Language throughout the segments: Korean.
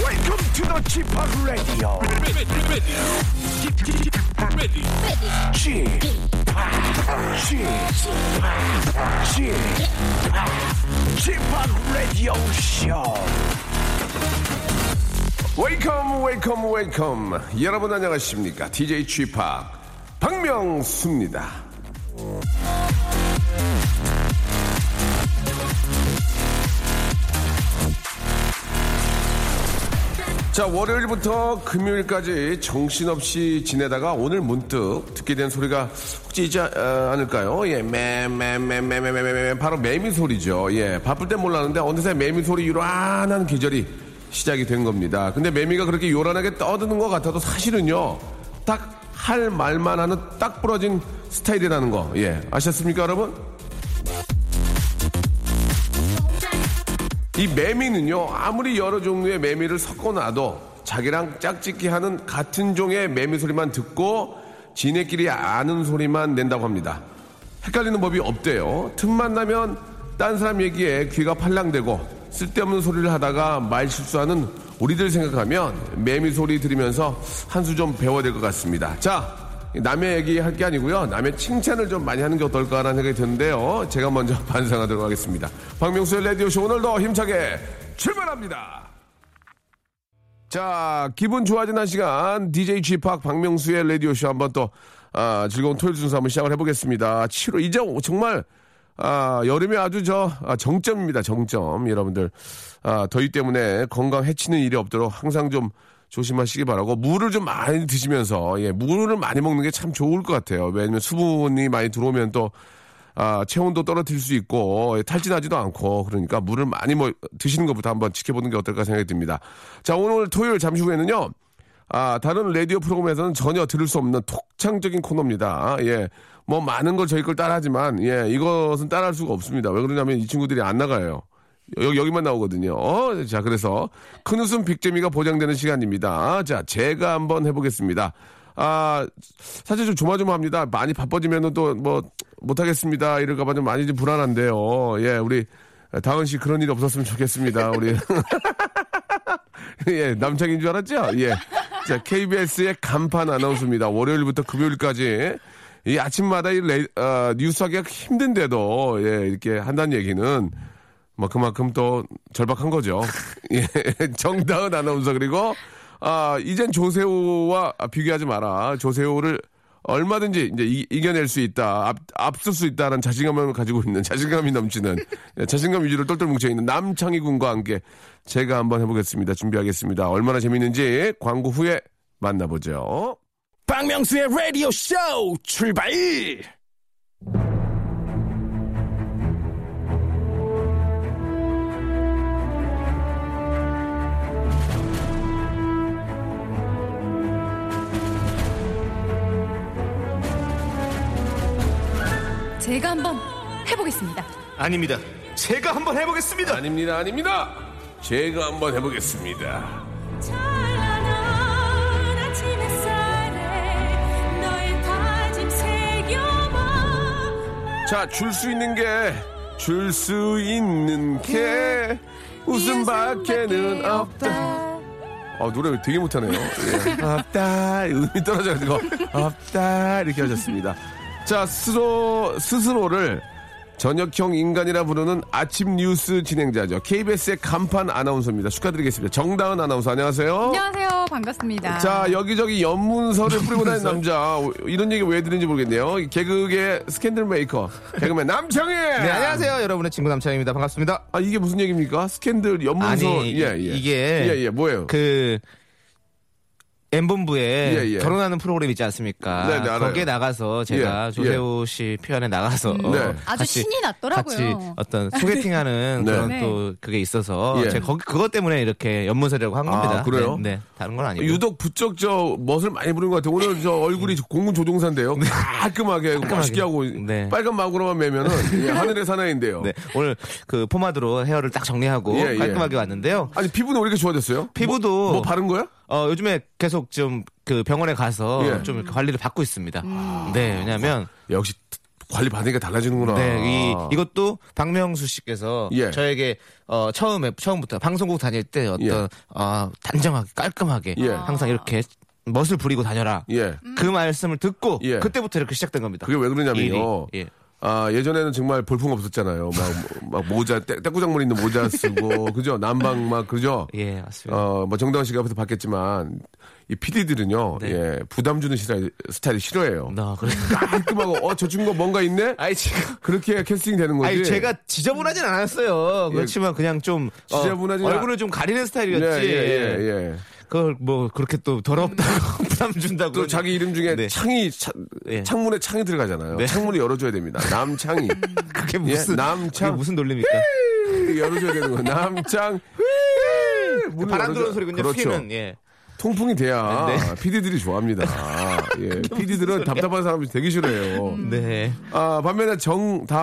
Welcome to the Chip Radio. Chip, Chip, Chip, Chip Radio Show. 웨이컴 웨이컴 웨이컴 여러분 안녕하십니까 DJ 취파 박명수입니다 자 월요일부터 금요일까지 정신없이 지내다가 오늘 문득 듣게 된 소리가 혹시 있지 아- 아, 않을까요? 예, 맴맴맴맴맴맴 바로 매미 소리죠. 예, 바쁠 땐 몰랐는데 어느새 매미 소리 요란한 계절이 시작이 된 겁니다. 근데 매미가 그렇게 요란하게 떠드는 것 같아도 사실은요, 딱 할 말만 하는 딱 부러진 스타일이라는 거, 예, 아셨습니까, 여러분? 이 매미는요 아무리 여러 종류의 매미를 섞어놔도 자기랑 짝짓기 하는 같은 종의 매미 소리만 듣고 지네끼리 아는 소리만 낸다고 합니다 헷갈리는 법이 없대요 틈만 나면 딴 사람 얘기에 귀가 팔랑대고 쓸데없는 소리를 하다가 말 실수하는 우리들 생각하면 매미 소리 들으면서 한 수 좀 배워야 될 것 같습니다 자 남의 얘기할 게 아니고요. 남의 칭찬을 좀 많이 하는 게 어떨까라는 생각이 드는데요. 제가 먼저 반성하도록 하겠습니다. 박명수의 라디오쇼 오늘도 힘차게 출발합니다. 자, 기분 좋아지는 한 시간 DJ G팍 박명수의 라디오쇼 한번 또 아, 즐거운 토요일 순서 한번 시작을 해보겠습니다. 7월 이제 정말 아, 여름이 아주 저 아, 정점입니다. 정점 여러분들 아, 더위 때문에 건강 해치는 일이 없도록 항상 좀 조심하시기 바라고 물을 좀 많이 드시면서 예, 물을 많이 먹는 게 참 좋을 것 같아요. 왜냐면 수분이 많이 들어오면 또 아, 체온도 떨어질 수 있고 예, 탈진하지도 않고 그러니까 물을 많이 뭐, 드시는 것부터 한번 지켜보는 게 어떨까 생각이 듭니다. 자 오늘 토요일 잠시 후에는요. 아, 다른 라디오 프로그램에서는 전혀 들을 수 없는 독창적인 코너입니다. 예. 뭐 많은 걸 저희 걸 따라하지만 예, 이것은 따라할 수가 없습니다. 왜 그러냐면 이 친구들이 안 나가요. 여기, 여기만 나오거든요. 어, 자, 그래서 큰 웃음 빅재미가 보장되는 시간입니다. 아, 자, 제가 한번 해보겠습니다. 아, 사실 좀 조마조마합니다. 많이 바빠지면은 또 뭐, 못하겠습니다. 이럴까봐 좀 많이 좀 불안한데요. 예, 우리, 다은 씨 그런 일이 없었으면 좋겠습니다. 우리. 예, 남창인 줄 알았죠? 예. 자, KBS의 간판 아나운서입니다. 월요일부터 금요일까지. 이 아침마다 이 레, 어, 뉴스 하기가 힘든데도, 예, 이렇게 한다는 얘기는, 뭐, 그만큼 또 절박한 거죠. 예, 정다은 아나운서 그리고, 아, 이젠 조세호와 비교하지 마라. 조세호를 얼마든지 이제 이, 이겨낼 수 있다, 앞, 앞설 수 있다는 자신감을 가지고 있는, 자신감이 넘치는, 예, 자신감 위주로 똘똘 뭉쳐있는 남창희 군과 함께 제가 한번 해보겠습니다. 준비하겠습니다. 얼마나 재밌는지 광고 후에 만나보죠. 박명수의 라디오 쇼 출발! 제가 한번 해보겠습니다. 아닙니다. 제가 한번 해보겠습니다. 아닙니다, 아닙니다! 제가 한번 해보겠습니다. 찬란한 아침 햇살에 너의 다짐 새겨봐 자, 줄 수 있는 게, 줄 수 있는 게, 웃음밖에는 없다. 아, 노래 되게 못하네요. 예. 없다. 음이 떨어져가지고, 없다. 이렇게 하셨습니다. 자, 스스로, 스스로를 전역형 인간이라 부르는 아침 뉴스 진행자죠. KBS의 간판 아나운서입니다. 축하드리겠습니다. 정다은 아나운서, 안녕하세요. 안녕하세요. 반갑습니다. 자, 여기저기 연문서를 뿌리고 다니는 남자. 이런 얘기 왜 드는지 모르겠네요. 개그의 스캔들 메이커. 개그맨 남창희! 네, 안녕하세요. 여러분의 친구 남창입니다. 반갑습니다. 아, 이게 무슨 얘기입니까? 스캔들, 연문서. 아니, 예, 예. 이게- 예, 예. 뭐예요? 그 M본부에 예, 예. 그 결혼하는 프로그램 있지 않습니까? 네, 네, 알아요. 거기에 나가서 제가 예, 조세호 씨 표현에 나가서 네. 아주 신이 났더라고요. 같이 어떤 소개팅하는 네. 그런 네. 또 그게 있어서 예. 제가 거기 그것 때문에 이렇게 연문서라고 한 아, 겁니다. 그래요? 네, 네. 다른 건 아니고. 유독 부쩍 저 멋을 많이 부리는 것 같아요. 오늘 저 얼굴이 공군 조종사인데요. 깔끔하게, 맛있게 하고 음. 네. 빨간 마구로만 매면은 예, 하늘의 사나이인데요. 네, 오늘 그 포마드로 헤어를 딱 정리하고 예, 예. 깔끔하게 왔는데요. 아니 피부는 왜 이렇게 좋아졌어요? 피부도 뭐, 뭐 바른 거야? 어, 요즘에 계속 좀 그 병원에 가서 예. 좀 이렇게 관리를 받고 있습니다. 네, 왜냐면 역시 관리 받으니까 달라지는구나. 네, 이, 이것도 박명수 씨께서 아. 예. 저에게 어, 처음에 처음부터 방송국 다닐 때 어떤 예. 어, 단정하게 깔끔하게 예. 항상 이렇게 멋을 부리고 다녀라. 예. 그 말씀을 듣고 예. 그때부터 이렇게 시작된 겁니다. 그게 왜 그러냐면요. 일이. 예. 아, 예전에는 정말 볼품 없었잖아요. 막, 막 모자, 떼, 떼꾸장물 있는 모자 쓰고, 그죠? 난방 막, 그죠? 예, 맞습니다. 어, 뭐 정다은 씨가 앞에서 봤겠지만, 이 PD들은요, 네. 예, 부담 주는 스타일, 스타일이 싫어해요. 나 그래. 깔끔하고, 어, 저 친구 뭔가 있네? 아니 지금 그렇게 캐스팅 되는 거지. 예. 아니 제가 지저분하진 않았어요. 그렇지만 그냥 좀 어, 지저분하진 않- 얼굴을 좀 가리는 예, 스타일이었지. 예, 예, 예. 그걸 뭐 그렇게 또 더럽다고 부담 준다고 또 자기 이름 중에 네. 창이, 차- 예. 창문에 창이 들어가잖아요. 네. 창문을 열어줘야 됩니다. 남창이. 그게 무슨 남창. 그게 무슨 논리입니까? 열어줘야 되는 거. 남창. 문을 바람 들어오는 열어줘야- 소리군요. 그렇죠. 피는 네, 예. 통풍이 돼야 PD들이 좋아합니다. 예, PD들은 답답한 사람이 되게 싫어해요. 네. 아, 반면에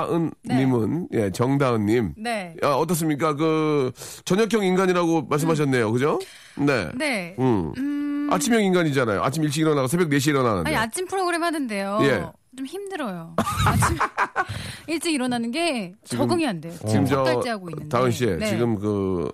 정다은님은, 예, 정다은님. 네. 아, 어떻습니까? 그, 저녁형 인간이라고 말씀하셨네요. 그죠? 네. 네. 음. 아침형 인간이잖아요. 아침 일찍 일어나고 새벽 4시에 일어나는데. 아니 아침 프로그램 하는데요. 예. 좀 힘들어요. 아침 일찍 일어나는 게 적응이 안 돼요. 지금 지금 몇 저, 달째 뭐 하고 있는데. 다은 씨, 네. 지금 그,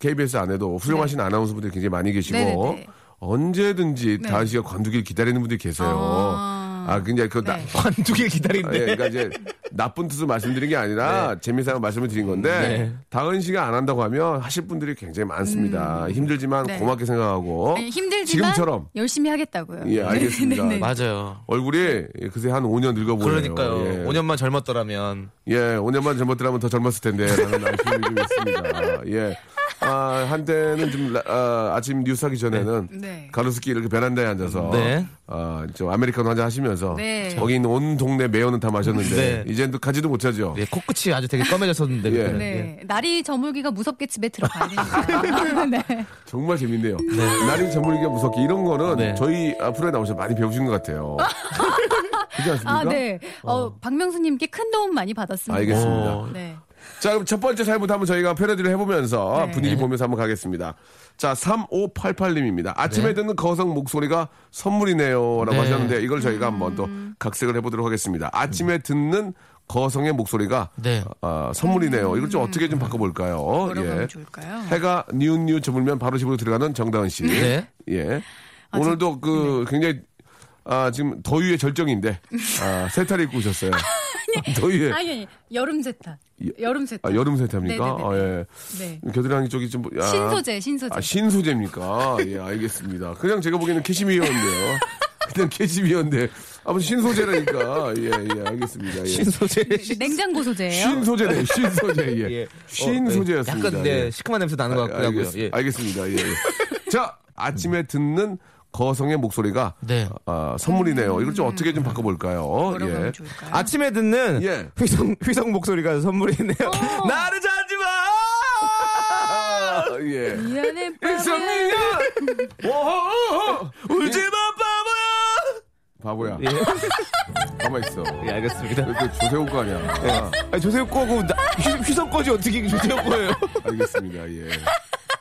KBS 안에도 훌륭하신 아나운서분들이 굉장히 많이 계시고, 네네네. 언제든지 네. 다은 씨가 관두길 기다리는 분들이 계세요. 아. 아, 굉장히 그, 나- 네. 관두길 아, 기다린대. 예, 그러니까 이제 나쁜 뜻을 말씀드린 게 아니라 네. 재미삼아 말씀을 드린 건데 네. 다은 씨가 안 한다고 하면 하실 분들이 굉장히 많습니다. 힘들지만 네. 고맙게 생각하고 아니, 힘들지만 어? 네, 지금처럼 열심히 하겠다고요. 예 알겠습니다. 맞아요. 얼굴이 예, 그새 한 5년 늙어 보여요. 그러니까요. 예. 5년만 젊었더라면 예, 5년만 젊었더라면 더 젊었을 텐데 라는 아쉬움이 좀 있습니다. 예. 아, 한때는 좀 라- 아, 아침 뉴스 하기 전에는 네. 가로수길 이렇게 베란다에 앉아서 네. 아, 좀 아메리카노 한잔 하시면서 네. 거기 있는 온 동네 매연은 다 마셨는데 네. 이젠 또 가지도 못하죠. 예, 코끝이 아주 되게 검해졌었는데. 예. 그때는. 예. 네. 날이 저물기가 무섭게 집에 들어가야 되니까. 네. 정말 재밌네요. 나름 전문기가 무섭게 이런 거는 네. 저희 앞으로에 나오셔서 많이 배우신 것 같아요. 그렇지 않습니까? 아, 네. 어, 박명수님께 큰 도움 많이 받았습니다. 알겠습니다. 오. 네. 자, 그럼 첫 번째 사연부터 한번 저희가 패러디를 해보면서 네. 분위기 보면서 한번 가겠습니다. 자, 3588님입니다. 아침에 듣는 거성 목소리가 선물이네요. 라고 네. 하셨는데 이걸 음. 저희가 한번 또 각색을 해보도록 하겠습니다. 아침에 듣는 거성의 목소리가 네. 아, 선물이네요. 이걸 좀 어떻게 좀 바꿔볼까요? 예. 뭐라고 하면 음. 좋을까요? 해가 뉴뉴 저물면 바로 집으로 들어가는 정다은 씨. 네. 예. 아, 오늘도 그 네. 굉장히 아, 지금 더위의 절정인데 아, 세탁을 입고 오셨어요. 더위에 아니, 아니. 여름 세탁. 여름 세탁. 예. 아, 여름 세탁입니까? 네네네. 아, 예. 네. 겨드랑이 쪽이 좀 아, 신소재, 신소재. 아, 신소재입니까? 예, 알겠습니다. 그냥 제가 보기에는 캐시미어인데요. 그냥 캐시미어인데 아무튼 신소재라니까. 예, 예, 알겠습니다. 예. 신소재. 냉장고 소재예요. 신소재네, 신소재. 예. 예. 어, 네. 신소재였습니다. 예. 아, 약간 네, 시큼한 냄새 나는 것 같기도 하고요. 예. 알겠, 습니다 예. 예. 자, 아침에 듣는 거성의 목소리가 네. 아, 선물이네요. 이걸 좀 어떻게 좀 바꿔볼까요? 뭐라고 예. 하면 좋을까요? 아침에 듣는 예. 휘성 휘성 목소리가 선물이네요. 나를 자지 마. 아, 예. 미안해, 일성이야! 네. 울지 마 바보야. 바보야. 가만 있어. 예, 알겠습니다. 이렇게 조세호 거 아니야. 아, 아니, 조세호 거고 나- 휘- 휘성 거지 어떻게 조세호 거예요? 알겠습니다. 예.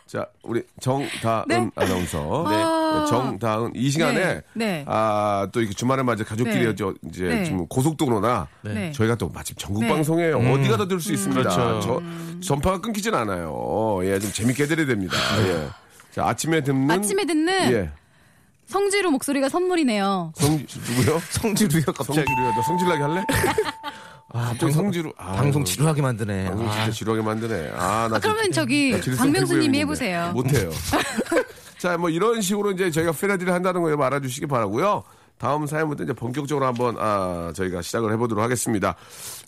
자, 우리 정다은 네. 아나운서. 어, 아. 정다은 이 시간에 네, 네. 아, 또 이렇게 주말에 맞아 가족끼리 네. 저 이제 네. 지금 고속도로나 네. 저희가 또 마침 전국 네. 방송이에요. 어디가 더 들 수 있습니다. 그렇죠. 저 전파가 끊기진 않아요. 어, 예, 좀 재밌게 해 드려야 됩니다. 예. 자, 아침에 듣는 아침에 듣는 예. 성지로 목소리가 선물이네요. 성 누구요? 성지루요 갑자기. 성지루야. 너 성질나게 할래? 아, 갑자기 성지루. 아, 방송 지루하게 만드네. 방송 진짜 지루하게 만드네. 아, 나 아, 그러면 진짜- 저기 나 지루성 박명수님이 피부염인데. 해보세요. 뭐 못해요. 자, 뭐 이런 식으로 이제 저희가 페라디를 한다는 거 여러분 알아주시기 바라고요. 다음 사연부터 이제 본격적으로 한번 아, 저희가 시작을 해보도록 하겠습니다.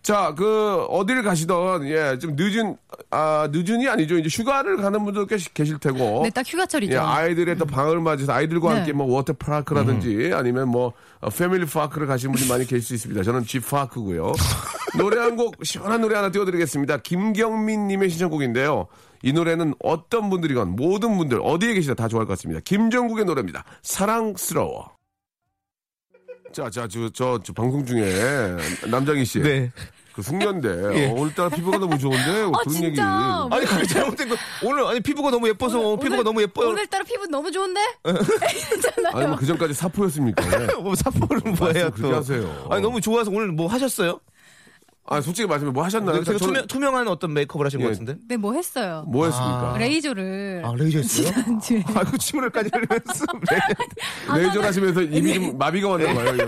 자, 그 어디를 가시던 예, 좀 늦은 아, 늦은이 아니죠. 이제 휴가를 가는 분들 꽤 계실 테고. 네, 딱 휴가철이죠. 음. 예, 아이들의 또 방을 맞아서 아이들과 네. 함께 뭐 음. 워터파크라든지 아니면 뭐 어, 패밀리 파크를 가신 분이 많이 계실 수 있습니다. 저는 집파크고요. 노래 한 곡 시원한 노래 하나 띄워드리겠습니다. 김경민 님의 신청곡인데요. 이 노래는 어떤 분들이건 모든 분들 어디에 계시나 다 좋아할 것 같습니다. 김정국의 노래입니다. 사랑스러워. 자, 자, 저, 저, 저 방송 중에 남장희 씨. 네. 그 숙련대. 예. 어, 오늘따라 피부가 너무 좋은데. 어, 그런 진짜. 얘기. 아니 그게 잘못된 거 오늘 아니 피부가 너무 예뻐서 뭐, 피부가 오늘- 너무 예뻐요. 오늘따라 피부 너무 좋은데? 예. 아니, 뭐, 그 전까지 사포였습니까? 뭐 사포를 뭐예요? 그렇게 또. 하세요. 아니 너무 좋아서 오늘 뭐 하셨어요? 아, 솔직히 말씀해, 뭐 하셨나요? 되게 그러니까 저는 투명, 투명한 어떤 메이크업을 하신 예. 것 같은데? 네, 뭐 했어요? 뭐 했습니까? 레이저를. 아 레이저 했어요? 지난주에. 아이고 침울까지 흘리면서 네. 아, 레이저 하시면서 이미 좀 마비가 왔나 봐요. 이거.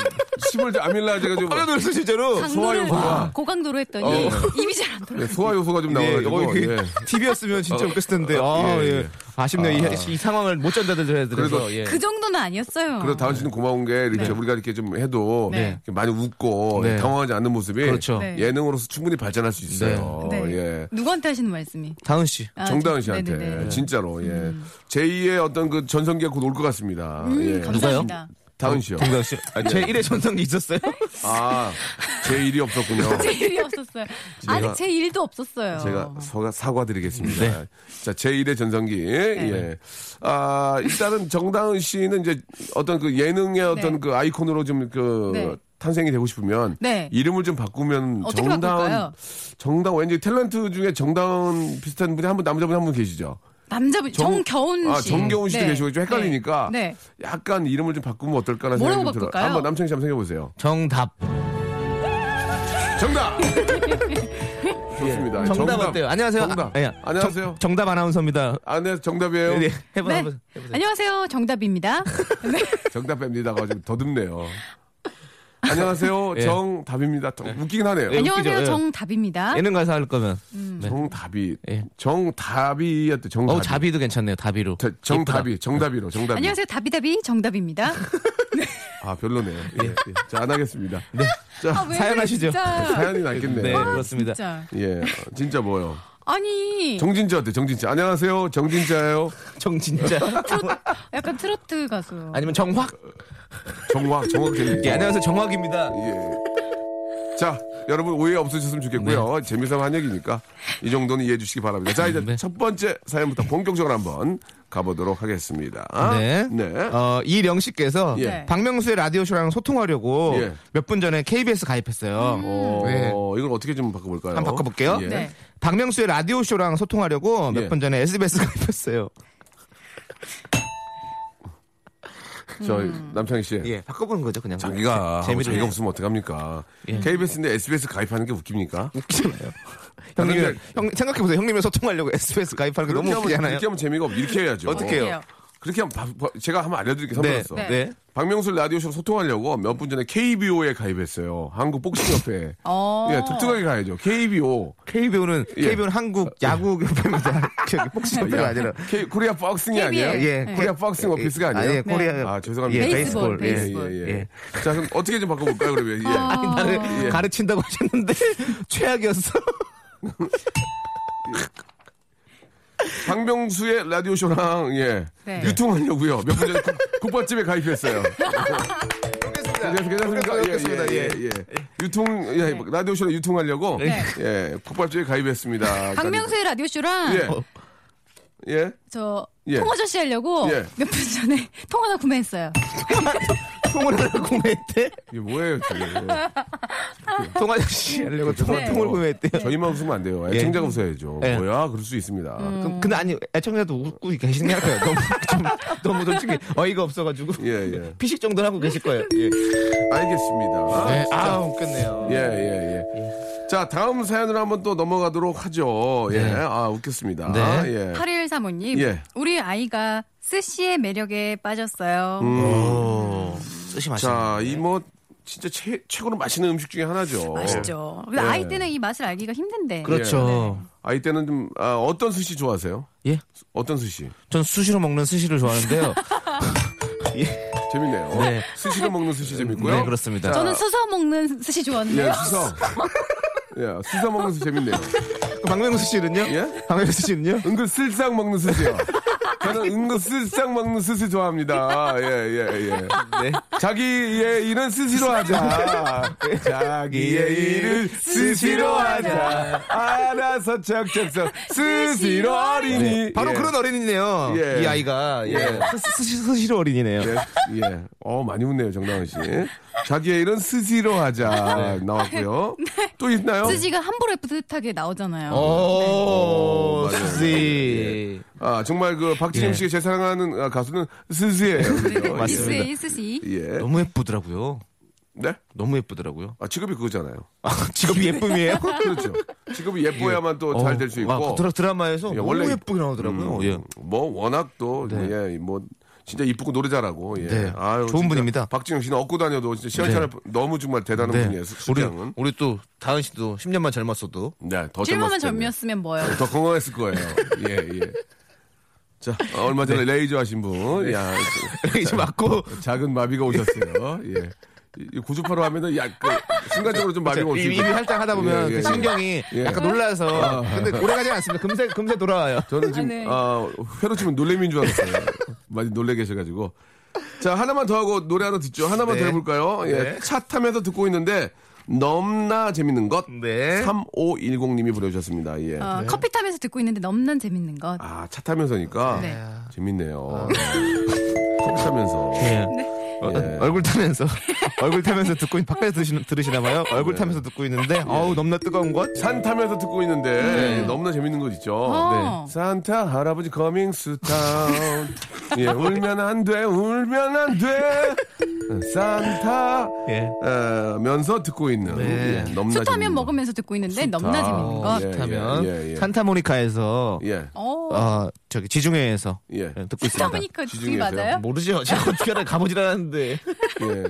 침을 좀 아밀라제가 좀 네. 빨려 놀랐어 진짜로. 강도를 아. 소화용소가. 고강도로 했더니 어. 이미 잘 안 돌아. 네, 소화 요소가 좀 예, 네, 나와가지고. 이거 예. TV였으면 진짜 웃겼을 텐데. 아, 예, 예, 예. 아쉽네요. 이, 이 상황을 못 전달해드려서. 그래도- 예. 그 정도는 아니었어요. 그래서 다은 씨는 고마운 게 이렇게 우리가 이렇게 좀 해도 네. 이렇게 많이 웃고 네. 당황하지 않는 모습이 그렇죠. 네. 예능으로서 충분히 발전할 수 있어요. 네. 예. 누구한테 하시는 말씀이? 다은 씨. 아, 정다은 저- 씨한테 네네네. 음. 진짜로 예. 제2의 어떤 그 전성기가 곧 올 것 같습니다. 예. 감사합니다. 음. 다은 씨요. 동강 씨. 아, 제 1의 전성기 있었어요? 아, 제 일이 없었군요. 제 일이 없었어요. 아직 제 일도 없었어요. 제가 서가 사과드리겠습니다. 네. 자, 제 1의 전성기. 네. 예. 아, 일단은 정다은 씨는 이제 어떤 그 예능의 어떤 네. 그 아이콘으로 좀 그 네. 탄생이 되고 싶으면 네. 이름을 좀 바꾸면 어떻게 정다은 바꿀까요? 정다은 왠지 탤런트 중에 정다은 비슷한 분이 한 분 남자분 한 분 계시죠. 남자분 정겨운 아, 씨. 정겨운 씨도 네. 계시고 좀 헷갈리니까 네. 약간 이름을 좀 바꾸면 어떨까라는 뭐라고 생각이 좀 들어요. 바꿀까요? 한번 남창희 씨 한번 생각해 보세요. 정답. 네, 정답. 좋습니다. 정답, 어때요? 안녕하세요. 정답. 아, 예. 안녕하세요. 정, 정답 아나운서입니다. 안녕 정답이에요. 네, 해보, 네. 해보, 해보세요. 안녕하세요. 정답입니다. 네, 정답 뺍니다가 지금 더듬네요. 안녕하세요. 예. 정답입니다. 좀 웃기긴 하네요. 예. 안녕하세요. 웃기죠? 예. 정답입니다. 예능 가사 할 거면. 음. 정답이. 예. 정답이였대. 정답이. 어, 자비도 괜찮네요. 다비로. 자- 정답이. 정답이로. 정답이. 안녕하세요. 다비다비 정답입니다. 아, 별로네요. 예. 예. 자, 안 하겠습니다. 아, 왜 그래, 네. 사연하시죠? 진짜. 아, 사연이 낫겠네요. 네, 그렇습니다. 진짜. 예. 진짜 뭐요? 아니 정진자 어때? 정진자. 안녕하세요. 정진자예요. 정진짜. 약간 트로트 가수. 아니면 정확. 정확. 정확히. 예, 안녕하세요. 정확입니다. 예. 자, 여러분 오해 없으셨으면 좋겠고요. 재미삼아 한 얘기니까 이 정도는 이해해 주시기 바랍니다. 자, 이제 네. 첫 번째 사연부터 본격적으로 한번 가보도록 하겠습니다. 네. 네. 어, 이령 씨께서 예. 네. 박명수의 라디오쇼랑 소통하려고 예. 몇 분 전에 KBS 가입했어요. 어, 네. 이걸 어떻게 좀 바꿔볼까요? 한번 바꿔볼게요. 예. 음. 네. 박명수의 라디오쇼랑 소통하려고 예. 몇 분 전에 SBS 가입했어요. 저 남창희 씨. 예, 바꿔보는 거죠, 그냥. 자기가 재미 재미를 자기가 위해서. 예. 없으면 어떡합니까? KBS인데 SBS 가입하는 게 웃깁니까? 웃기잖아요. 형님, 형, 생각해보세요. 형님이 소통하려고 SBS 가입하는 그렇게 게 너무 하면 웃기잖아요. 그렇게 하면 재미가 없. 이렇게 해야죠. 어떻게 해요? 그래요. 그렇게 하면 바- 바- 제가 한번 알려드릴게요. 네, 선배로서. 네. 박명수 라디오쇼 소통하려고 몇 분 전에 KBO에 가입했어요. 한국 복싱협회. 어. 예, 독특하게 가야죠. KBO. KBO는, 예. KBO는 한국 야구협회입니다. 저기 복싱협회가 아니라. K, 코리아 복싱이 KBL. 아니에요? 예, 코리아 복싱 오피스가 아니에요? 아니, 코리아. 아, 죄송합니다. 예, 예. 베이스볼, 예. 베이스볼. 예, 예, 예. 자, 그럼 어떻게 좀 바꿔볼까요, 그러면? 예. 어. 나를 예. 가르친다고 하셨는데, 최악이었어. 박명수의 라디오쇼랑, 예. 네. 유통하려고요. 몇 분 전에 국, 밥집에 가입했어요. 괜찮- 괜찮습니까? 끊겠습니다. 예, 예, 예. 유통, 예, 라디오쇼랑 유통하려고, 네. 예, 국밥집에 가입했습니다. 박명수의 라디오쇼랑 예. 예. 저 예. 통화저씨 하려고 예. 몇 분 전에 통화나 구매했어요. 통을 하려고 구매했대? 이게 뭐예요, 지금. 통화 씨 하려고 통을, 네. 통을 구매했대요. 저희만 웃으면 안 돼요. 애청자가 웃어야죠. 예. 뭐야, 그럴 수 있습니다. 음. 그럼, 근데 아니, 애청자도 웃고 계시는 게 아니라 너무, 좀, 너무 솔직히 어이가 없어가지고. 예, 예. 피식 정도는 하고 계실 거예요. 예. 알겠습니다. 네, 아, 웃겼네요. 예, 예, 예. 자, 다음 사연으로 한번 또 넘어가도록 하죠. 예. 아, 웃겼습니다. 네. 예. 8일 사모님, 예. 우리 아이가 스시의 매력에 빠졌어요. 음. 오, 쓰시 자, 이 뭐 진짜 최, 최고로 맛있는 음식 중에 하나죠. 맛있죠. 예. 근데 아이 때는 이 맛을 알기가 힘든데. 그렇죠. 아이 때는 좀 아, 어떤 스시 좋아하세요? 예. 어떤 스시? 전 수시로 먹는 스시를 좋아하는데요. 예. 재밌네요. 네. 스시로 먹는 스시 재밌고요. 네, 그렇습니다. 저는 수서 먹는 스시 좋아하는데요. 예, 수서. 예, 수서 먹는 스시 재밌네요. 박명수 씨는요? 예? 박명수 씨는요? 은근 쓸싹 먹는 스시요. 저는 은근 쓸싹 먹는 스시 좋아합니다. 예, 예, 예. 네. 자기의 일은 스시로 하자. 자기의 일을 스시로 예, 하자. 알아서 척척척 스시로 어린이. 네. 바로 예. 그런 어린이네요. 예. 이 아이가 예. 스- 스시, 스시로 어린이네요. 예, 예. 어, 많이 웃네요, 정다은 씨. 자기의 일은 스시로 하자. 나왔고요. 또 있나요? 스시가 함부로 뿌듯하게 나오잖아요. 어, 오, 네. 스시. 아, 정말 그 박진영 예. 씨가 제 사랑하는 아, 가수는 스시예요. 그죠? 맞습니다. 네, 이스의 스시. 예. 너무 예쁘더라고요. 네? 너무 예쁘더라고요. 아, 직업이 그거잖아요. 아, 직업이 예쁨이에요? 그렇죠. 직업이 예뻐야만 또 어, 잘 될 수 있고. 와, 그 드라, 드라마에서 예, 원래 원래- 너무 예쁘게 나오더라고요. 음, 예. 뭐 워낙 또 예, 뭐 진짜 이쁘고 노래 잘하고 예. 네. 아유, 좋은 진짜 분입니다. 박진영 씨는 얻고 다녀도 진짜 시원찮을 뿐- 너무 정말 대단한 네. 분이에요. 우리 수장은. 우리 또 다은 씨도 10년만 젊었어도 네, 더 젊었을 찔만만 텐데. 젊었으면 뭐요? 더 건강했을 거예요. 예, 예. 자, 어, 얼마 전에 네. 레이저 하신 분. 야, 이제 맞고 작은 마비가 오셨어요. 예. 이 고주파로 하면은 야, 그 순간적으로 좀 마비가 이미 오시고. 살짝 하다 예, 보면 예, 그 신경이 예. 약간 놀라서 근데 오래 가지 않습니다. 금세 금세 돌아와요. 저는 지금 아, 네. 아, 회로 치면 놀래미인 줄 알았어요. 많이 놀래 계셔가지고. 자 하나만 더 하고 노래 하나 듣죠. 하나만 네. 더 해볼까요? 예, 네. 차 타면서 듣고 있는데 넘나 재밌는 것. 네. 3510님이 보내주셨습니다. 예. 어, 커피 타면서 듣고 있는데 넘난 재밌는 것. 아, 차 타면서니까 네. 재밌네요. 커피 타면서. 예. 어, 예. 얼굴 타면서 얼굴 타면서 듣고 있- 밖에서 들으시나, 들으시나 봐요. 예. 얼굴 타면서 듣고 있는데 어우 너무나 뜨거운 것. 산 타면서 듣고 있는데 네. 너무나 재밌는 것 있죠. 네. 어. 산타 할아버지 커밍스타운. 예, 울면 안 돼, 울면 안 돼. 산타 예. 어, 면서 듣고 있는 네. 예, 넘나 숱하면 재밌는 먹으면서 듣고 있는데 넘나 재밌는 것. 예, 타면 예, 예. 산타모니카에서 예, 어, 어 저기 지중해에서 예. 듣고 있습니다. 타보니까 지금 지중해에서요? 뭐, 맞아요? 모르죠. 제가 어떻게 알아 가보질 않았는데. 예.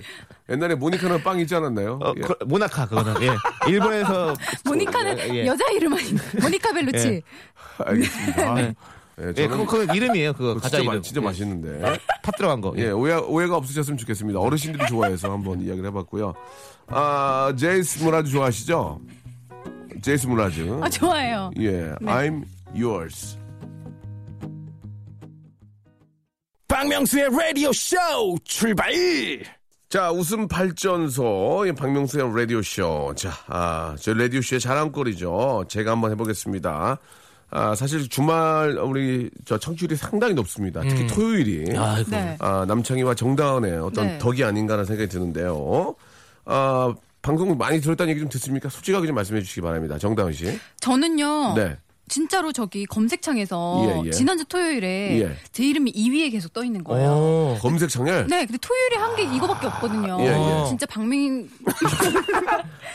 옛날에 모니카는 빵 있지 않았나요? 어, 예. 그- 모나카 그거는 예. 일본에서 모니카는 예. 여자 이름 아닌가? 모니카 벨루치. 예. 알겠습니다. 예, 저는 예, 그거 그 이름이에요. 그거 그거 진짜, 가자 이름. 예. 네. 맛, 진짜 맛있는데. 팥 들어간 거. 예, 오해, 오해가 없으셨으면 좋겠습니다. 어르신들이 좋아해서 한번 이야기를 해봤고요. 아, 제이스 무라즈 좋아하시죠? 제이스 무라즈. 아, 좋아요. 예, I'm yours. 박명수의 라디오 쇼 출발. 자, 웃음 발전소, 예, 박명수의 라디오쇼. 자, 아, 저 라디오쇼의 자랑거리죠. 제가 한번 해보겠습니다. 아, 사실 주말, 우리, 저 청취율이 상당히 높습니다. 음. 특히 토요일이. 네. 아, 남창희와 정다은의 어떤 네. 덕이 아닌가라는 생각이 드는데요. 아, 방송 많이 들었다는 얘기 좀 듣습니까? 솔직하게 좀 말씀해 주시기 바랍니다. 정다은 씨. 저는요. 네. 진짜로 저기 검색창에서 예, 예. 지난주 토요일에 예. 제 이름이 2위에 계속 떠 있는 거예요. 어. 오. 검색창에 네, 근데 토요일에 한 게 이거밖에 없거든요. 예, 예. 진짜 박민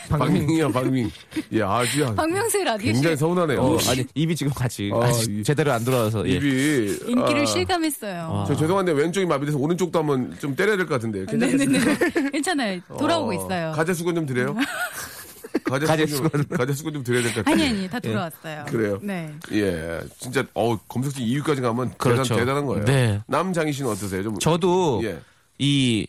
박민이야, 박민. 예, 아주 야, 박명수의 라디오 굉장히 쇼 서운하네요. 어, 아니 입이 지금 같이 어, 아직 이- 제대로 안 돌아와서 예. 입이. 인기를 아, 실감했어요. 저 죄송한데 왼쪽이 마비돼서 오른쪽도 한번 좀 때려야 될 것 같은데요. 괜찮- 네네네. 괜찮아요. 돌아오고 아, 있어요. 가제 수건 좀 드려요. 가제, 수건 좀, 가제 수건 좀 드려야 될 것 같아요. 아니 아니 다 돌아왔어요. 예. 그래요? 네. 예, 진짜 어 검색지 2위까지 가면 그렇죠. 대단, 대단한 거예요. 네. 남장희 씨는 어떠세요? 좀 저도 예. 이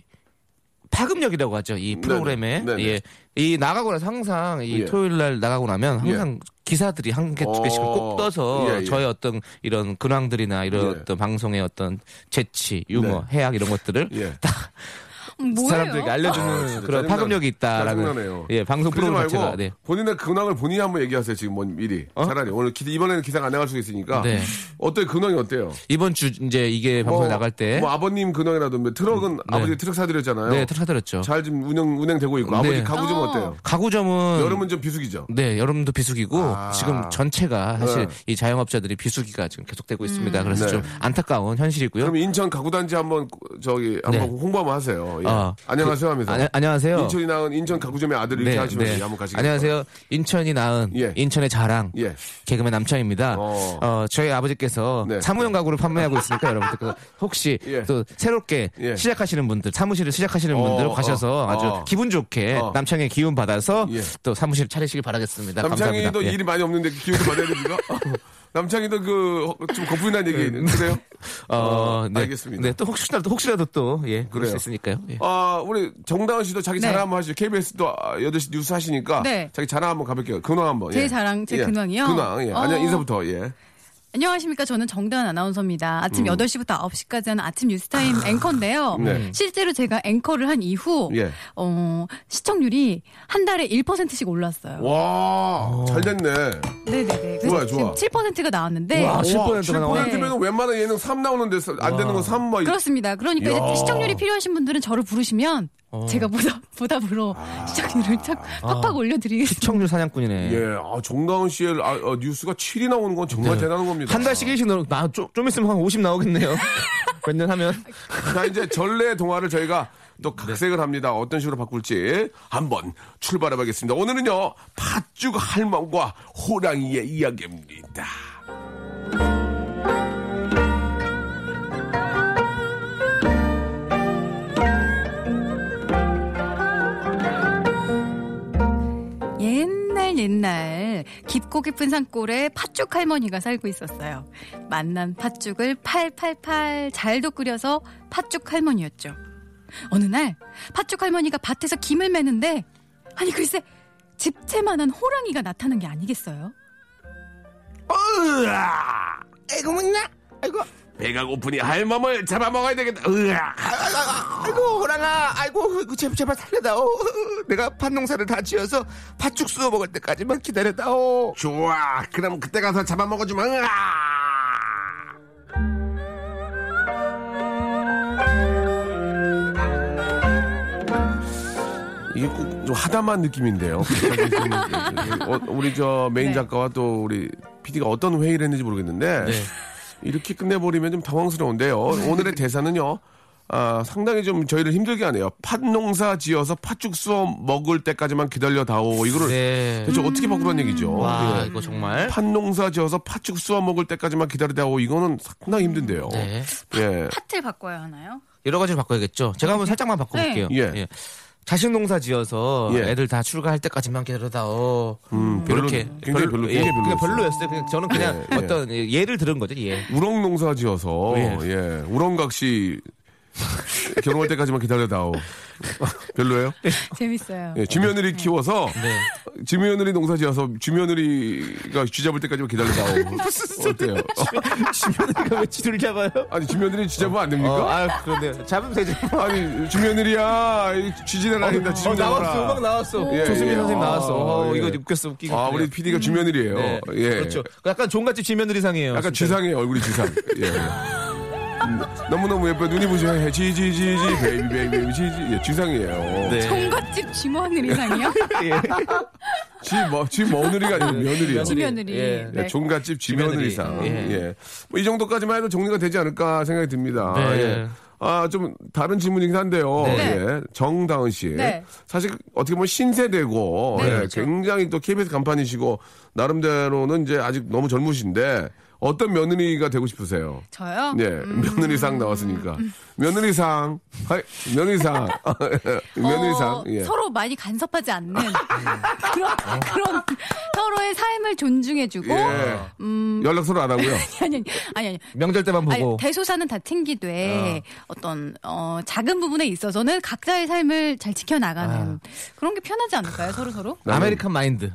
파급력이라고 하죠. 이 프로그램에 네네. 네네. 예. 이 나가고 나서 항상 이 예. 토요일 날 나가고 나면 항상 기사들이 한 개 두 개씩 어. 꼭 떠서 예, 예. 저의 어떤 이런 근황들이나 이런 예. 어떤 방송의 어떤 재치, 유머, 해악 이런 것들을 예. 딱 뭐예요? 사람들에게 아, 알려주는 진짜 그런 짜증나- 파급력이 짜증나네요. 있다라는 예 방송 그러지 프로그램 자체가 말고 네. 어? 본인의 근황을 본인이 한번 얘기하세요. 지금 뭐 미리 차라리 오늘 기, 이번에는 기사가 안 나갈 수 있으니까 네. 어때 근황이 어때요? 이번 주 이제 이게 방송 뭐, 나갈 때 음, 뭐 아버님 뭐. 근황이라도 뭐 트럭은 아버지 트럭 사드렸잖아요. 네, 틀어드렸죠. 잘 지금 운영 운행되고 있고 네. 아버지 가구 좀 어. 어때요? 가구점은 여름은 좀 비수기죠. 네, 여름도 비수기고 지금 전체가 사실 아. 네. 이 자영업자들이 비수기가 지금 계속되고 있습니다. 그래서 네. 좀 안타까운 현실이고요. 그럼 인천 가구단지 한번 저기 한번 네. 홍보 한번 하세요. 예. 아, 안녕하세요 하면서 아니, 안녕하세요. 네, 인천이 나온 인천 가구점의 아들 이렇게 하시면 서 한번 가시겠 안녕하세요. 인천이 낳은 예. 인천의 자랑 예. 개그맨 남창입니다. 어. 어. 저희 아버지께서 네. 사무용 가구를 판매하고 있으니까 여러분들께서 혹시 예. 또 새롭게 예. 시작하시는 분들 사무실을 시작하시는 어, 분들 어, 가셔서 아주 어. 기분 좋게 어. 남창의 기운 받아서 예. 또 사무실 차리시길 바라겠습니다. 남창희도 감사합니다. 아, 예. 일이 많이 없는데 기운도 받아야 됩니까? 남창희도 그 좀 거품이 난 얘기 있는데요? 어, 네. 알겠습니다. 네, 또 혹시라도 혹시라도 또 예, 그럴 그래요. 수 있으니까요. 예. 아, 우리 정다은 씨도 자기 네. 자랑 한번 하시죠. KBS도 8시 뉴스 하시니까 네. 자기 자랑 한번 가볼게요. 근황 한번. 제 예. 자랑, 제 예. 근황이요? 근황, 예. 어. 아니야, 인사부터, 예. 안녕하십니까. 저는 정다은 아나운서입니다. 아침 8시부터 9시까지 하는 아침 뉴스타임 앵커인데요. 음. 네. 실제로 제가 앵커를 한 이후 예. 어, 시청률이 한 달에 1%씩 올랐어요. 와, 잘 됐네. 네네네. 좋아요, 그래서 좋아. 지금 7%가 나왔는데 와, 시- 10% 가 10%면 은 웬만한 예능 3 나오는데 안 되는 건 뭐 3, 막. 그렇습니다. 그러니까 이야. 어. 이제 시청률이 필요하신 분들은 저를 부르시면 제가 보답, 보답으로 아. 시청률을 탁 팍팍 올려드리겠습니다. 시청률 사냥꾼이네. 예, 아, 정다은 씨의 아, 어, 뉴스가 7이 나오는 건 정말 대단한 겁니다. 네. 한 달씩 1씩 넣어. 나 좀, 좀 있으면 한 50 나오겠네요. 몇 년 하면. 자, 이제 전래 동화를 저희가 또 네. 각색을 합니다. 어떤 식으로 바꿀지 한번 출발해보겠습니다. 오늘은요, 팥죽 할멈과 호랑이의 이야기입니다. 옛날 옛날 깊고 깊은 산골에 팥죽 할머니가 살고 있었어요. 만난 팥죽을 팔팔팔 잘도 끓여서 팥죽 할머니였죠. 어느 날 팥죽 할머니가 밭에서 김을 매는데 아니 글쎄 집채만한 호랑이가 나타난 게 아니겠어요? 으아! 아이고, 먹나? 아이고. 배가 고프니 할멈을 잡아먹어야 되겠다. 으아! 아이고, 호랑아. 아이고, 제발, 제발 살려다오. 내가 팥농사를 다 지어서 팥죽 쑤어 먹을 때까지만 기다려다오. 좋아. 그럼 그때 가서 잡아먹어주면, 으아! 이게 꼭 좀 하다만 느낌인데요. 갑자기 좀, 어, 우리 저 메인 네. 작가와 또 우리 PD가 어떤 회의를 했는지 모르겠는데 이렇게 끝내버리면 좀 당황스러운데요. 오늘의 대사는요. 아, 상당히 좀 저희를 힘들게 하네요. 팥 농사 지어서 팥죽 수어 먹을 때까지만 기다려다오. 이거를 네. 대체 어떻게 바꾸란 얘기죠? 와, 네. 이거 정말. 팥 농사 지어서 팥죽 수어 먹을 때까지만 기다리다오. 이거는 상당히 힘든데요. 네. 예. 팥을 바꿔야 하나요? 여러 가지로 바꿔야겠죠. 제가 한번 살짝만 바꿔볼게요. 네. 예. 자식 농사 지어서 예. 애들 다 출가할 때까지만 기다려다. 어. 음, 별로, 이렇게 굉장히 별로, 예, 굉장히 별로였어요. 그냥 별로였어요. 그냥 저는 그냥 예, 예. 어떤 예를 들은 거죠. 예. 우렁 농사 지어서 예. 예. 우렁각 씨 결혼할 때까지만 기다려다오. 별로예요? 네. 재밌어요. 예, 주며느리 키워서 주며느리 농사 지어서 주며느리가 쥐잡을 때까지만 기다려다오. 어때요? 어, 주면이가 왜 지를 잡아요? 아니 주며느리 쥐잡으면 안 어, 됩니까? 아, 그런데 잡으면 되죠. 아니 주며느리야 이 쥐지나 다닌다 어, 쥐좀 나왔어. 음악 잡아라. 나왔어. 예, 조수민 예. 선생님 나왔어. 아, 어, 예. 이거 웃겼어. 웃기고. 아 우리 PD가 주며느리예요. 네. 예. 그렇죠. 약간 종갓집 지면느리상이에요. 약간 쥐상해 얼굴이 쥐상. 예. 예. 음, 너무너무 예뻐요. 눈이 부셔해. 지지지지 베이비 베이비 지지. 예, 쥐상이에요. 네. 종갓집 쥐머느리상이요? 쥐, 뭐, 쥐 머느리가 아니고 며느리요. 며느리. 쥐며느리. 예. 예, 네. 종갓집 쥐며느리상. 쥐며느리. 예. 예. 뭐이 정도까지만 해도 정리가 되지 않을까 생각이 듭니다. 네. 예. 아, 좀 다른 질문이긴 한데요. 네. 예. 정다은 씨. 네. 사실 어떻게 보면 신세대고 네, 예, 그렇죠. 굉장히 또 KBS 간판이시고 나름대로는 이제 아직 너무 젊으신데 어떤 며느리가 되고 싶으세요? 저요? 예, 며느리상 나왔으니까. 며느리상. 하이, 며느리상. 며느리상. 어, 예. 서로 많이 간섭하지 않는 그런, 그런 서로의 삶을 존중해주고 예. 음. 연락 서로 안 하고요. 아니 아니 아니 아니 명절 때만 아니, 보고. 대소사는 다 챙기되 어. 떤 어, 작은 부분에 있어서는 각자의 삶을 잘 지켜나가는 그런 게 편하지 않을까요 서로 서로? 아메리칸 마인드.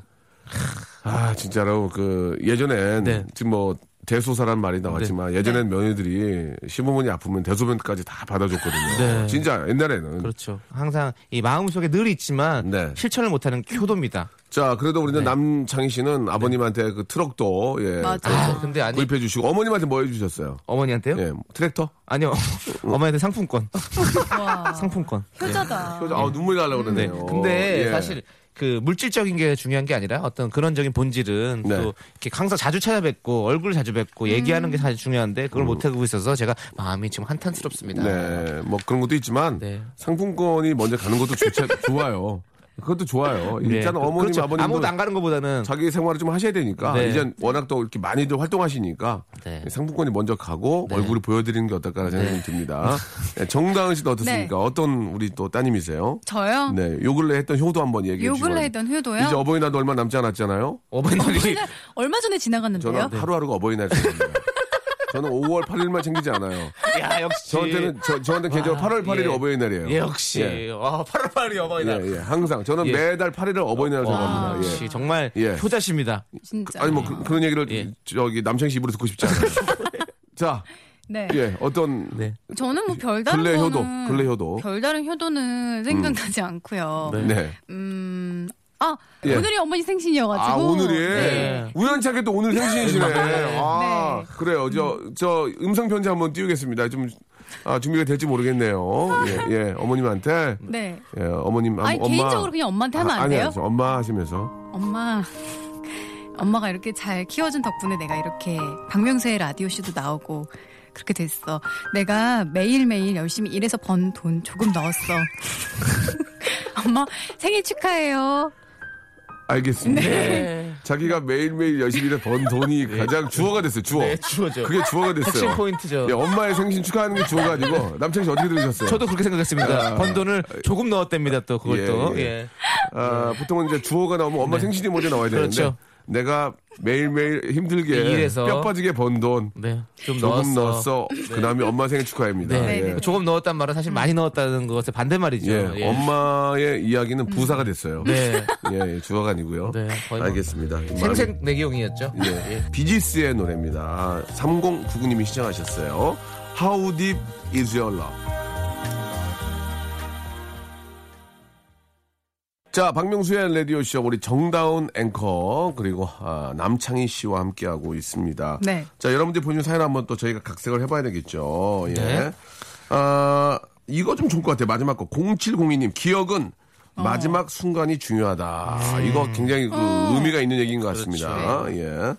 아 진짜로 그 예전엔 네. 지금 뭐 대소사란 말이 나왔지만 예전엔 네. 며느들이 시부모님 아프면 대소변까지 다 받아줬거든요. 네. 진짜 옛날에는. 그렇죠. 항상 이 마음속에 늘 있지만 네. 실천을 못하는 효도입니다. 자 그래도 우리는 네. 남창희 씨는 아버님한테 그 트럭도 예 맞아요. 아, 근데 아니 구입해 주시고 어머님한테 뭐 해주셨어요? 어머니한테요? 예 트랙터? 아니요. 어머니한테 상품권. 아. 와 상품권. 효자다. 그래서 아 눈물이 날라 네. 그러네요. 근데 예. 사실 그 물질적인 게 중요한 게 아니라 어떤 근원적인 본질은 네. 또 이렇게 항상 자주 찾아뵙고 얼굴 자주 뵙고 얘기하는 게 사실 중요한데 그걸 못 하고 있어서 제가 마음이 지금 한탄스럽습니다. 음. 네, 뭐 그런 것도 있지만 네. 상품권이 먼저 가는 것도 좋지, 좋아요. 그것도 좋아요. 네. 일단 어머님 그렇죠. 아버님도 아무도 안 가는 것보다는 자기 생활을 좀 하셔야 되니까 네. 이젠 워낙 또 이렇게 많이들 활동하시니까 네. 상품권이 먼저 가고 얼굴을 보여드리는 게 어떨까라는 생각이 듭니다. 네, 정다은 씨도 어떻습니까? 네. 어떤 우리 또 따님이세요? 저요? 네, 요 근래 했던 효도 한번 얘기해 어. 요 주시고 근래 했던 효도요? 이제 어버이날도 얼마 남지 않았잖아요. 어머니 얼마 전에 지나갔는데요? 저는 하루하루가 어버이날입니다. 저는 5월 8일만 챙기지 않아요. 야, 역시. 저한테는 저, 저한테 계절 8월 8일이 어버이날이에요. 아, 예, 역시. 예. 아, 8월 8일이 어버이날. 예, 예. 항상 저는 예. 아, 매달 8일을 어버이날로 와, 생각합니다. 역시 예. 정말 예. 효자십니다. 진짜. 아니 뭐 그, 런 얘기를 예. 저기 남창 씨 입으로 듣고 싶지 않아요. 자, 네. 예, 어떤 네. 저는 뭐 별다른 근래 효도, 거는- 근래 효도. 음. 별다른 효도는 생각나지 않고요. 네. 네. 음. 아, 예. 오늘이 어머니 생신이어가지고. 아 오늘이 네. 우연찮게 또 오늘 생신이시네. 네. 아 그래요. 저 저 음성 편지 한번 띄우겠습니다. 좀 아, 준비가 될지 모르겠네요. 예, 예, 어머님한테. 네. 예, 어머님, 아니, 엄마. 개인적으로 그냥 엄마한테 하면 안 아, 아니요, 돼요? 저 엄마 하시면서. 엄마. 엄마가 이렇게 잘 키워준 덕분에 내가 이렇게 박명수의 라디오쇼도 나오고 그렇게 됐어. 내가 매일매일 열심히 일해서 번 돈 조금 넣었어. 엄마 생일 축하해요. 알겠습니다. 네. 네. 예. 자기가 매일매일 열심히 일해 번 돈이 가장 주어가 됐어요, 주어. 네, 주어죠. 그게 주어가 됐어요. 핵심 포인트죠. 예, 엄마의 생신 축하하는 게 주어가 아니고, 남창씨 어떻게 들으셨어요? 저도 그렇게 생각했습니다. 아. 번 돈을 조금 넣었답니다. 또 그걸 예, 또. 예. 예. 아, 보통은 이제 주어가 나오면 엄마 생신이 먼저 나와야 되는데, 네. 그렇죠. 내가 매일매일 힘들게 일해서. 뼈 빠지게 번 돈, 네. 좀 조금 넣었어. 넣었어. 그 다음에 엄마 생일 축하합니다. 네. 음. 예. 조금 넣었단 말은 사실 많이 넣었다는 것의 반대말이죠. 예, 엄마의 이야기는 부사가 됐어요. 네. 예, 예, 주어가 아니고요. 네, 거의 뭐- 알겠습니다. 생생 내기용이었죠. 예, 비지스의 노래입니다. 3099님이 시청하셨어요. How deep is your love? 자, 박명수의 라디오쇼 우리 정다운 앵커 그리고 아, 남창희 씨와 함께하고 있습니다. 네. 자, 여러분들 보신 사연 한번 또 저희가 각색을 해봐야 되겠죠. 예. 네. 아, 이거 좀 좋을 것 같아요. 마지막 거. 0702님, 기억은 어. 마지막 순간이 중요하다. 네. 이거 굉장히 그 어. 의미가 있는 얘기인 것 같습니다. 예.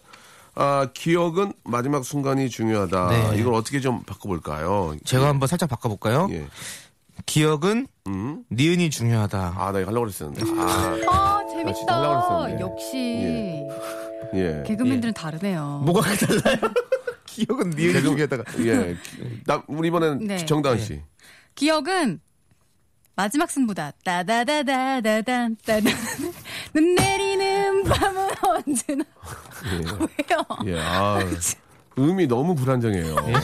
아, 기억은 마지막 순간이 중요하다. 네. 이걸 어떻게 좀 바꿔볼까요? 제가 한번 살짝 바꿔볼까요? 예. 기억은 음? 니은이 중요하다. 아, 나 이거 하려고 그랬었는데. 아, 아, 진짜 하려고 재밌다. 그랬었는데. 역시 예. 개그맨들은 다르네요. 뭐가 달라요? 기억은 니은이 중에다가 예. 기- 나, 우리 이번엔 네. 정다은 씨. 기억은 마지막 승부다. 따다다다다단 따다. 눈 내리는 밤은 언제나. 왜요? 예. 아, 음이 너무 불안정해요. 예.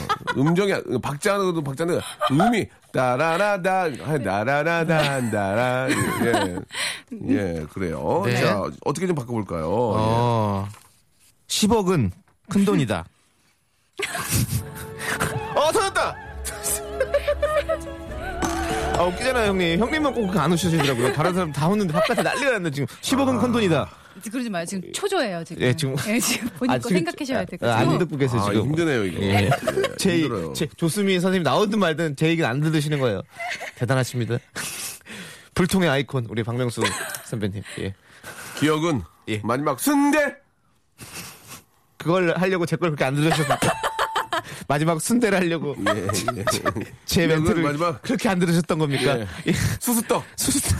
음정이 박자도 박자는 음이 따라라다 나라라다 나라 예. 예, 그래요. 네. 자, 어떻게 좀 바꿔 볼까요? 어, 10억은 큰 돈이다. 어, 터졌다! 아, 웃기잖아요, 형님. 형님만 꼭 안 웃으시더라고요. 다른 사람 다 웃는데 바깥에 난리가 났네, 지금. 10억은 큰 돈이다. 그러지 마요. 지금 초조해요, 지금. 어, 예, 지금- 지금 본인 아, 거 지금 생각하셔야 아, 될 안 거죠. 듣고 계세요, 아, 지금. 힘드네요, 이거. 예. 제, 힘들어요. 제 조수미 선생님 나오든 말든 제 얘기는 안 들으시는 거예요. 대단하십니다. 불통의 아이콘 우리 박명수 선배님. 예. 기억은 예. 마지막 순대 그걸 하려고 제 걸 그렇게 안 들으셔서 마지막 순대를 하려고 예, 예. 제 그냥 멘트를 그 마지막- 그렇게 안 들으셨던 겁니까? 예. 예. 수수떡. 수습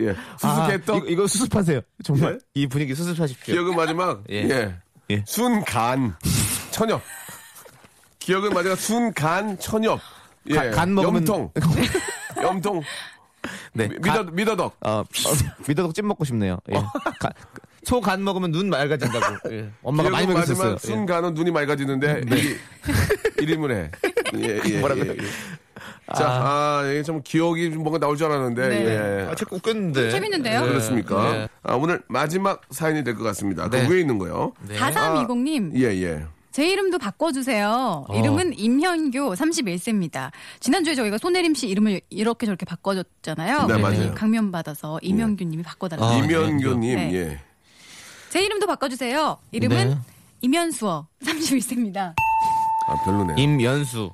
예. 수수께떡. 아, 이거, 이거 수습하세요. 정말 이 분위기 수습하십시오. 기억은 마지막 예. 예. 예. 순간 천엽 기억은 마지막 순간 천엽 예. 가- 간 먹으면- 염통 염통 네. 미- 미더 아, 미더덕 어, 어, 미더덕 찜 먹고 싶네요. 예. 소 간 먹으면 눈 맑아진다고. 예. 엄마가 많이 기억은 먹였었어요. 예. 네. 마지막 순간은 눈이 맑아지는데 일 1인분에 예, 예, 뭐라고요? 예, 예. 자, 아, 이게 좀 기억이 좀 뭔가 나올 줄 알았는데, 네. 예. 아, 자꾸 웃겼는데. 그 어, 재밌는데요? 그렇습니까? 네. 아, 오늘 마지막 사연이 될 것 같습니다. 네. 그 위에 있는 거요. 4320님, 예, 예. 제 이름도 바꿔주세요. 아, 어. 이름은 임현교 31세입니다. 지난주에 저희가 손혜림 씨 이름을 이렇게 저렇게 바꿔줬잖아요. 네, 맞아요. 강면받아서 임현규님이 바꿔달라고. 아, 이면교님, 네. 예. 제 이름도 바꿔주세요. 이름은 네. 임현수어 31세입니다. 아, 별로네요. 임연수.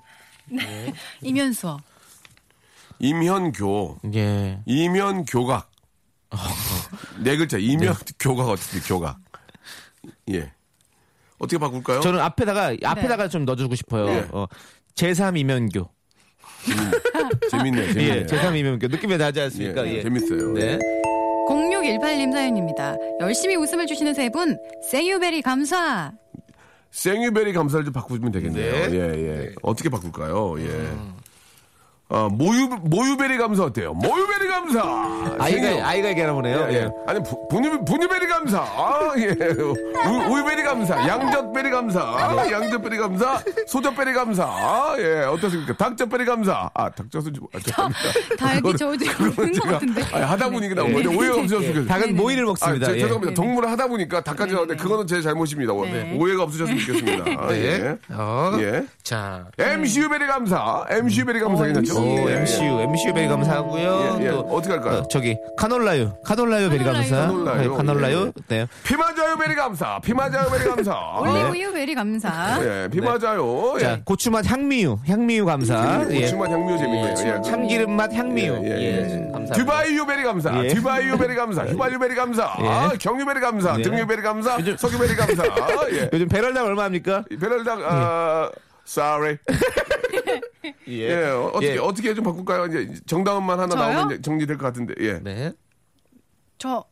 임현수어. 임현교. 예. 이면 교각. 네 글자. 이면 교각 어떻게 교각. 예. 어떻게 바꿀까요? 저는 앞에다가 앞에다가 좀 넣어주고 싶어요. 네. 어, 제3 이면교. 재밌네요. 재밌네요. 예, 제3 이면교. 느낌이 나지 않습니까? 예. 재밌어요. 네. 0618님 사연입니다. 열심히 웃음을 주시는 세 분, 생유베리 감사. 생유베리 감사를 좀 바꾸면 되겠네요. 네. 예, 예. 어떻게 바꿀까요? 예. 어, 모유, 모유베리 감사 어때요? 모유베리 감사! 생유. 아이가 아이가 얘기하나 보네요. 예, 예. 예. 아니 부, 분유, 분유베리 감사 아, 예. 우, 우유베리 감사 양젖베리 감사 아, 양젖베리 감사 소젖베리 감사 아, 예 어떻습니까 닭젖베리 감사 아 닭젖은 좀 아, 죄송합니다. 닭이 그거는- 저도 이거 그거는 먹은 것 제가- 같은데. 아니, 하다 보니까 나온 네. 건데 오해 없으셨으면 좋겠어요 닭은 모이를 먹습니다. 아, 제- 예. 죄송합니다. 동물을 하다 보니까 닭까지 네, 나왔는데 네. 그거는 제 잘못입니다. 네. 오해가 없으셨으면 네. 좋겠습니다. 아, 예. 어. 예. 자, MC 유베리 감사. MC 음. 유베리 감사 괜찮죠? 오, 예, 예. MCU, MCU 베리 어, 감사하고요. 예, 예. 또 어떻게 할까요? 어, 저기 카놀라유, 카놀라유 베리 감사. 카놀라유. 예, 네, 카놀라유. 네. 피 맞아요 베리 감사. 피 맞아요 베리 감사. 올리 우유 베리 아, 감사. 예, 비 맞아요. 자, 예. 고추맛 향미유, 향미유 감사. 예. 고추맛 향미유 재밌네요. 예. 참기름맛 향미유. 예, 예, 예, 감사. 듀바이 유베리 감사, 예. 듀바이 유베리 감사, 휘발 유베리 감사, 예. 아, 경 유베리 감사, 예. 등 유베리 감사, 요즘- 석 유베리 감사. 아, 예. 요즘 배럴당 얼마 합니까? 베럴당, 아, sorry. 예, 어, 어떻게, 예. 어떻게 좀 바꿀까요? 이제 정당음만 하나 저요? 나오면 이제 정리될 것 같은데, 예. 네. 저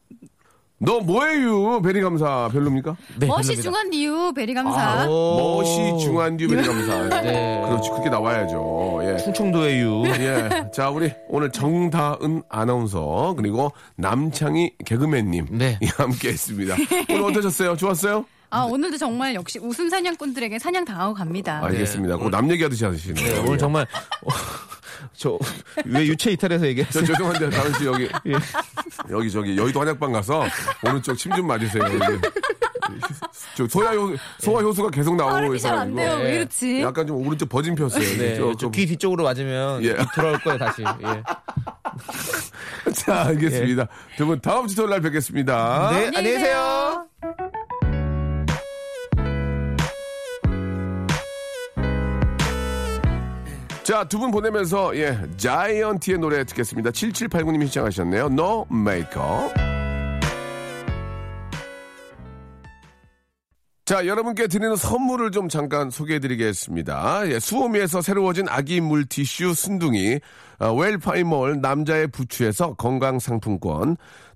너 뭐예요? 베리 감사 별로입니까? 네, 멋이 감사합니다. 중한 이유 베리 감사. 아, 오. 멋이 중한 듀베리 감사. 네. 그렇지, 그렇게 나와야죠. 예. 충청도의 유. 예. 자, 우리 오늘 정다은 아나운서 그리고 남창희 개그맨님 네. 예, 함께 했습니다. 오늘 어떠셨어요? 좋았어요? 아 오늘도 정말 역시 웃음 사냥꾼들에게 사냥 당하고 아, 갑니다. 알겠습니다. 그남 얘기하듯이 하시네요. 네, 오늘 정말 어, 저 왜 유체 이탈해서 예. 저 얘기했어요? 죄송한데 다은 씨 여기 예. 여기 저기 여의도 한약방 가서 오른쪽 침 좀 맞으세요. 여기. 저 소야 효 소화 효소가 계속 나오고 빠르게 아, 잘 안 돼요. 있어가지고 예. 왜 그렇지? 약간 좀 오른쪽 버진 폈어요. 네, 예, 조금. 저귀 뒤쪽으로 맞으면 예. 입 돌아올 거예요 다시. 예. 자, 알겠습니다. 두 분 다음 주 토요일 날 뵙겠습니다. 네, 안녕히 계세요. 자, 두 분 보내면서 예, 자이언티의 노래 듣겠습니다. 7789님이 시청하셨네요. No Makeup. 자, 여러분께 드리는 선물을 좀 잠깐 소개해드리겠습니다. 예, 수오미에서 새로워진 아기 물티슈 순둥이, 아, 웰파이몰 남자의 부추에서 건강상품권,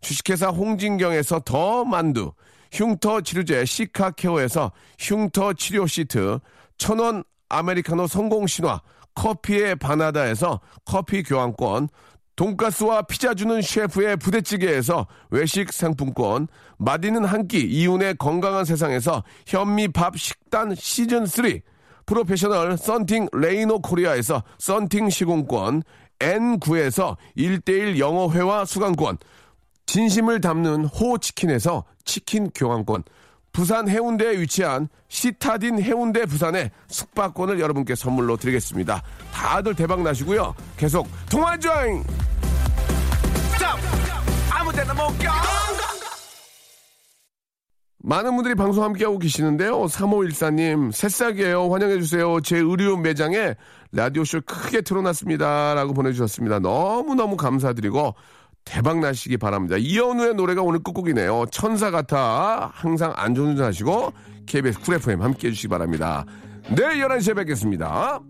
주식회사 홍진경에서 더 만두, 흉터 치료제 시카케어에서 흉터 치료 시트, 천원 아메리카노 성공 신화, 커피의 바나다에서 커피 교환권, 돈가스와 피자 주는 셰프의 부대찌개에서 외식 상품권, 맛있는 한 끼 이윤의 건강한 세상에서 현미밥 식단 시즌 3, 프로페셔널 썬팅 레이노 코리아에서 썬팅 시공권, N9에서 1대1 영어회화 수강권, 진심을 담는 호치킨에서 치킨 교환권, 부산 해운대에 위치한 시타딘 해운대 부산의 숙박권을 여러분께 선물로 드리겠습니다. 다들 대박 나시고요. 계속 통화 조잉! 많은 분들이 방송 함께하고 계시는데요. 3514님, 새싹이에요. 환영해주세요. 제 의류 매장에 라디오쇼 크게 틀어놨습니다. 라고 보내주셨습니다. 너무너무 감사드리고, 대박나시기 바랍니다. 이현우의 노래가 오늘 끝곡이네요. 천사 같아. 항상 안전운전하시고, KBS 쿨 FM 함께해주시기 바랍니다. 내일 11시에 뵙겠습니다.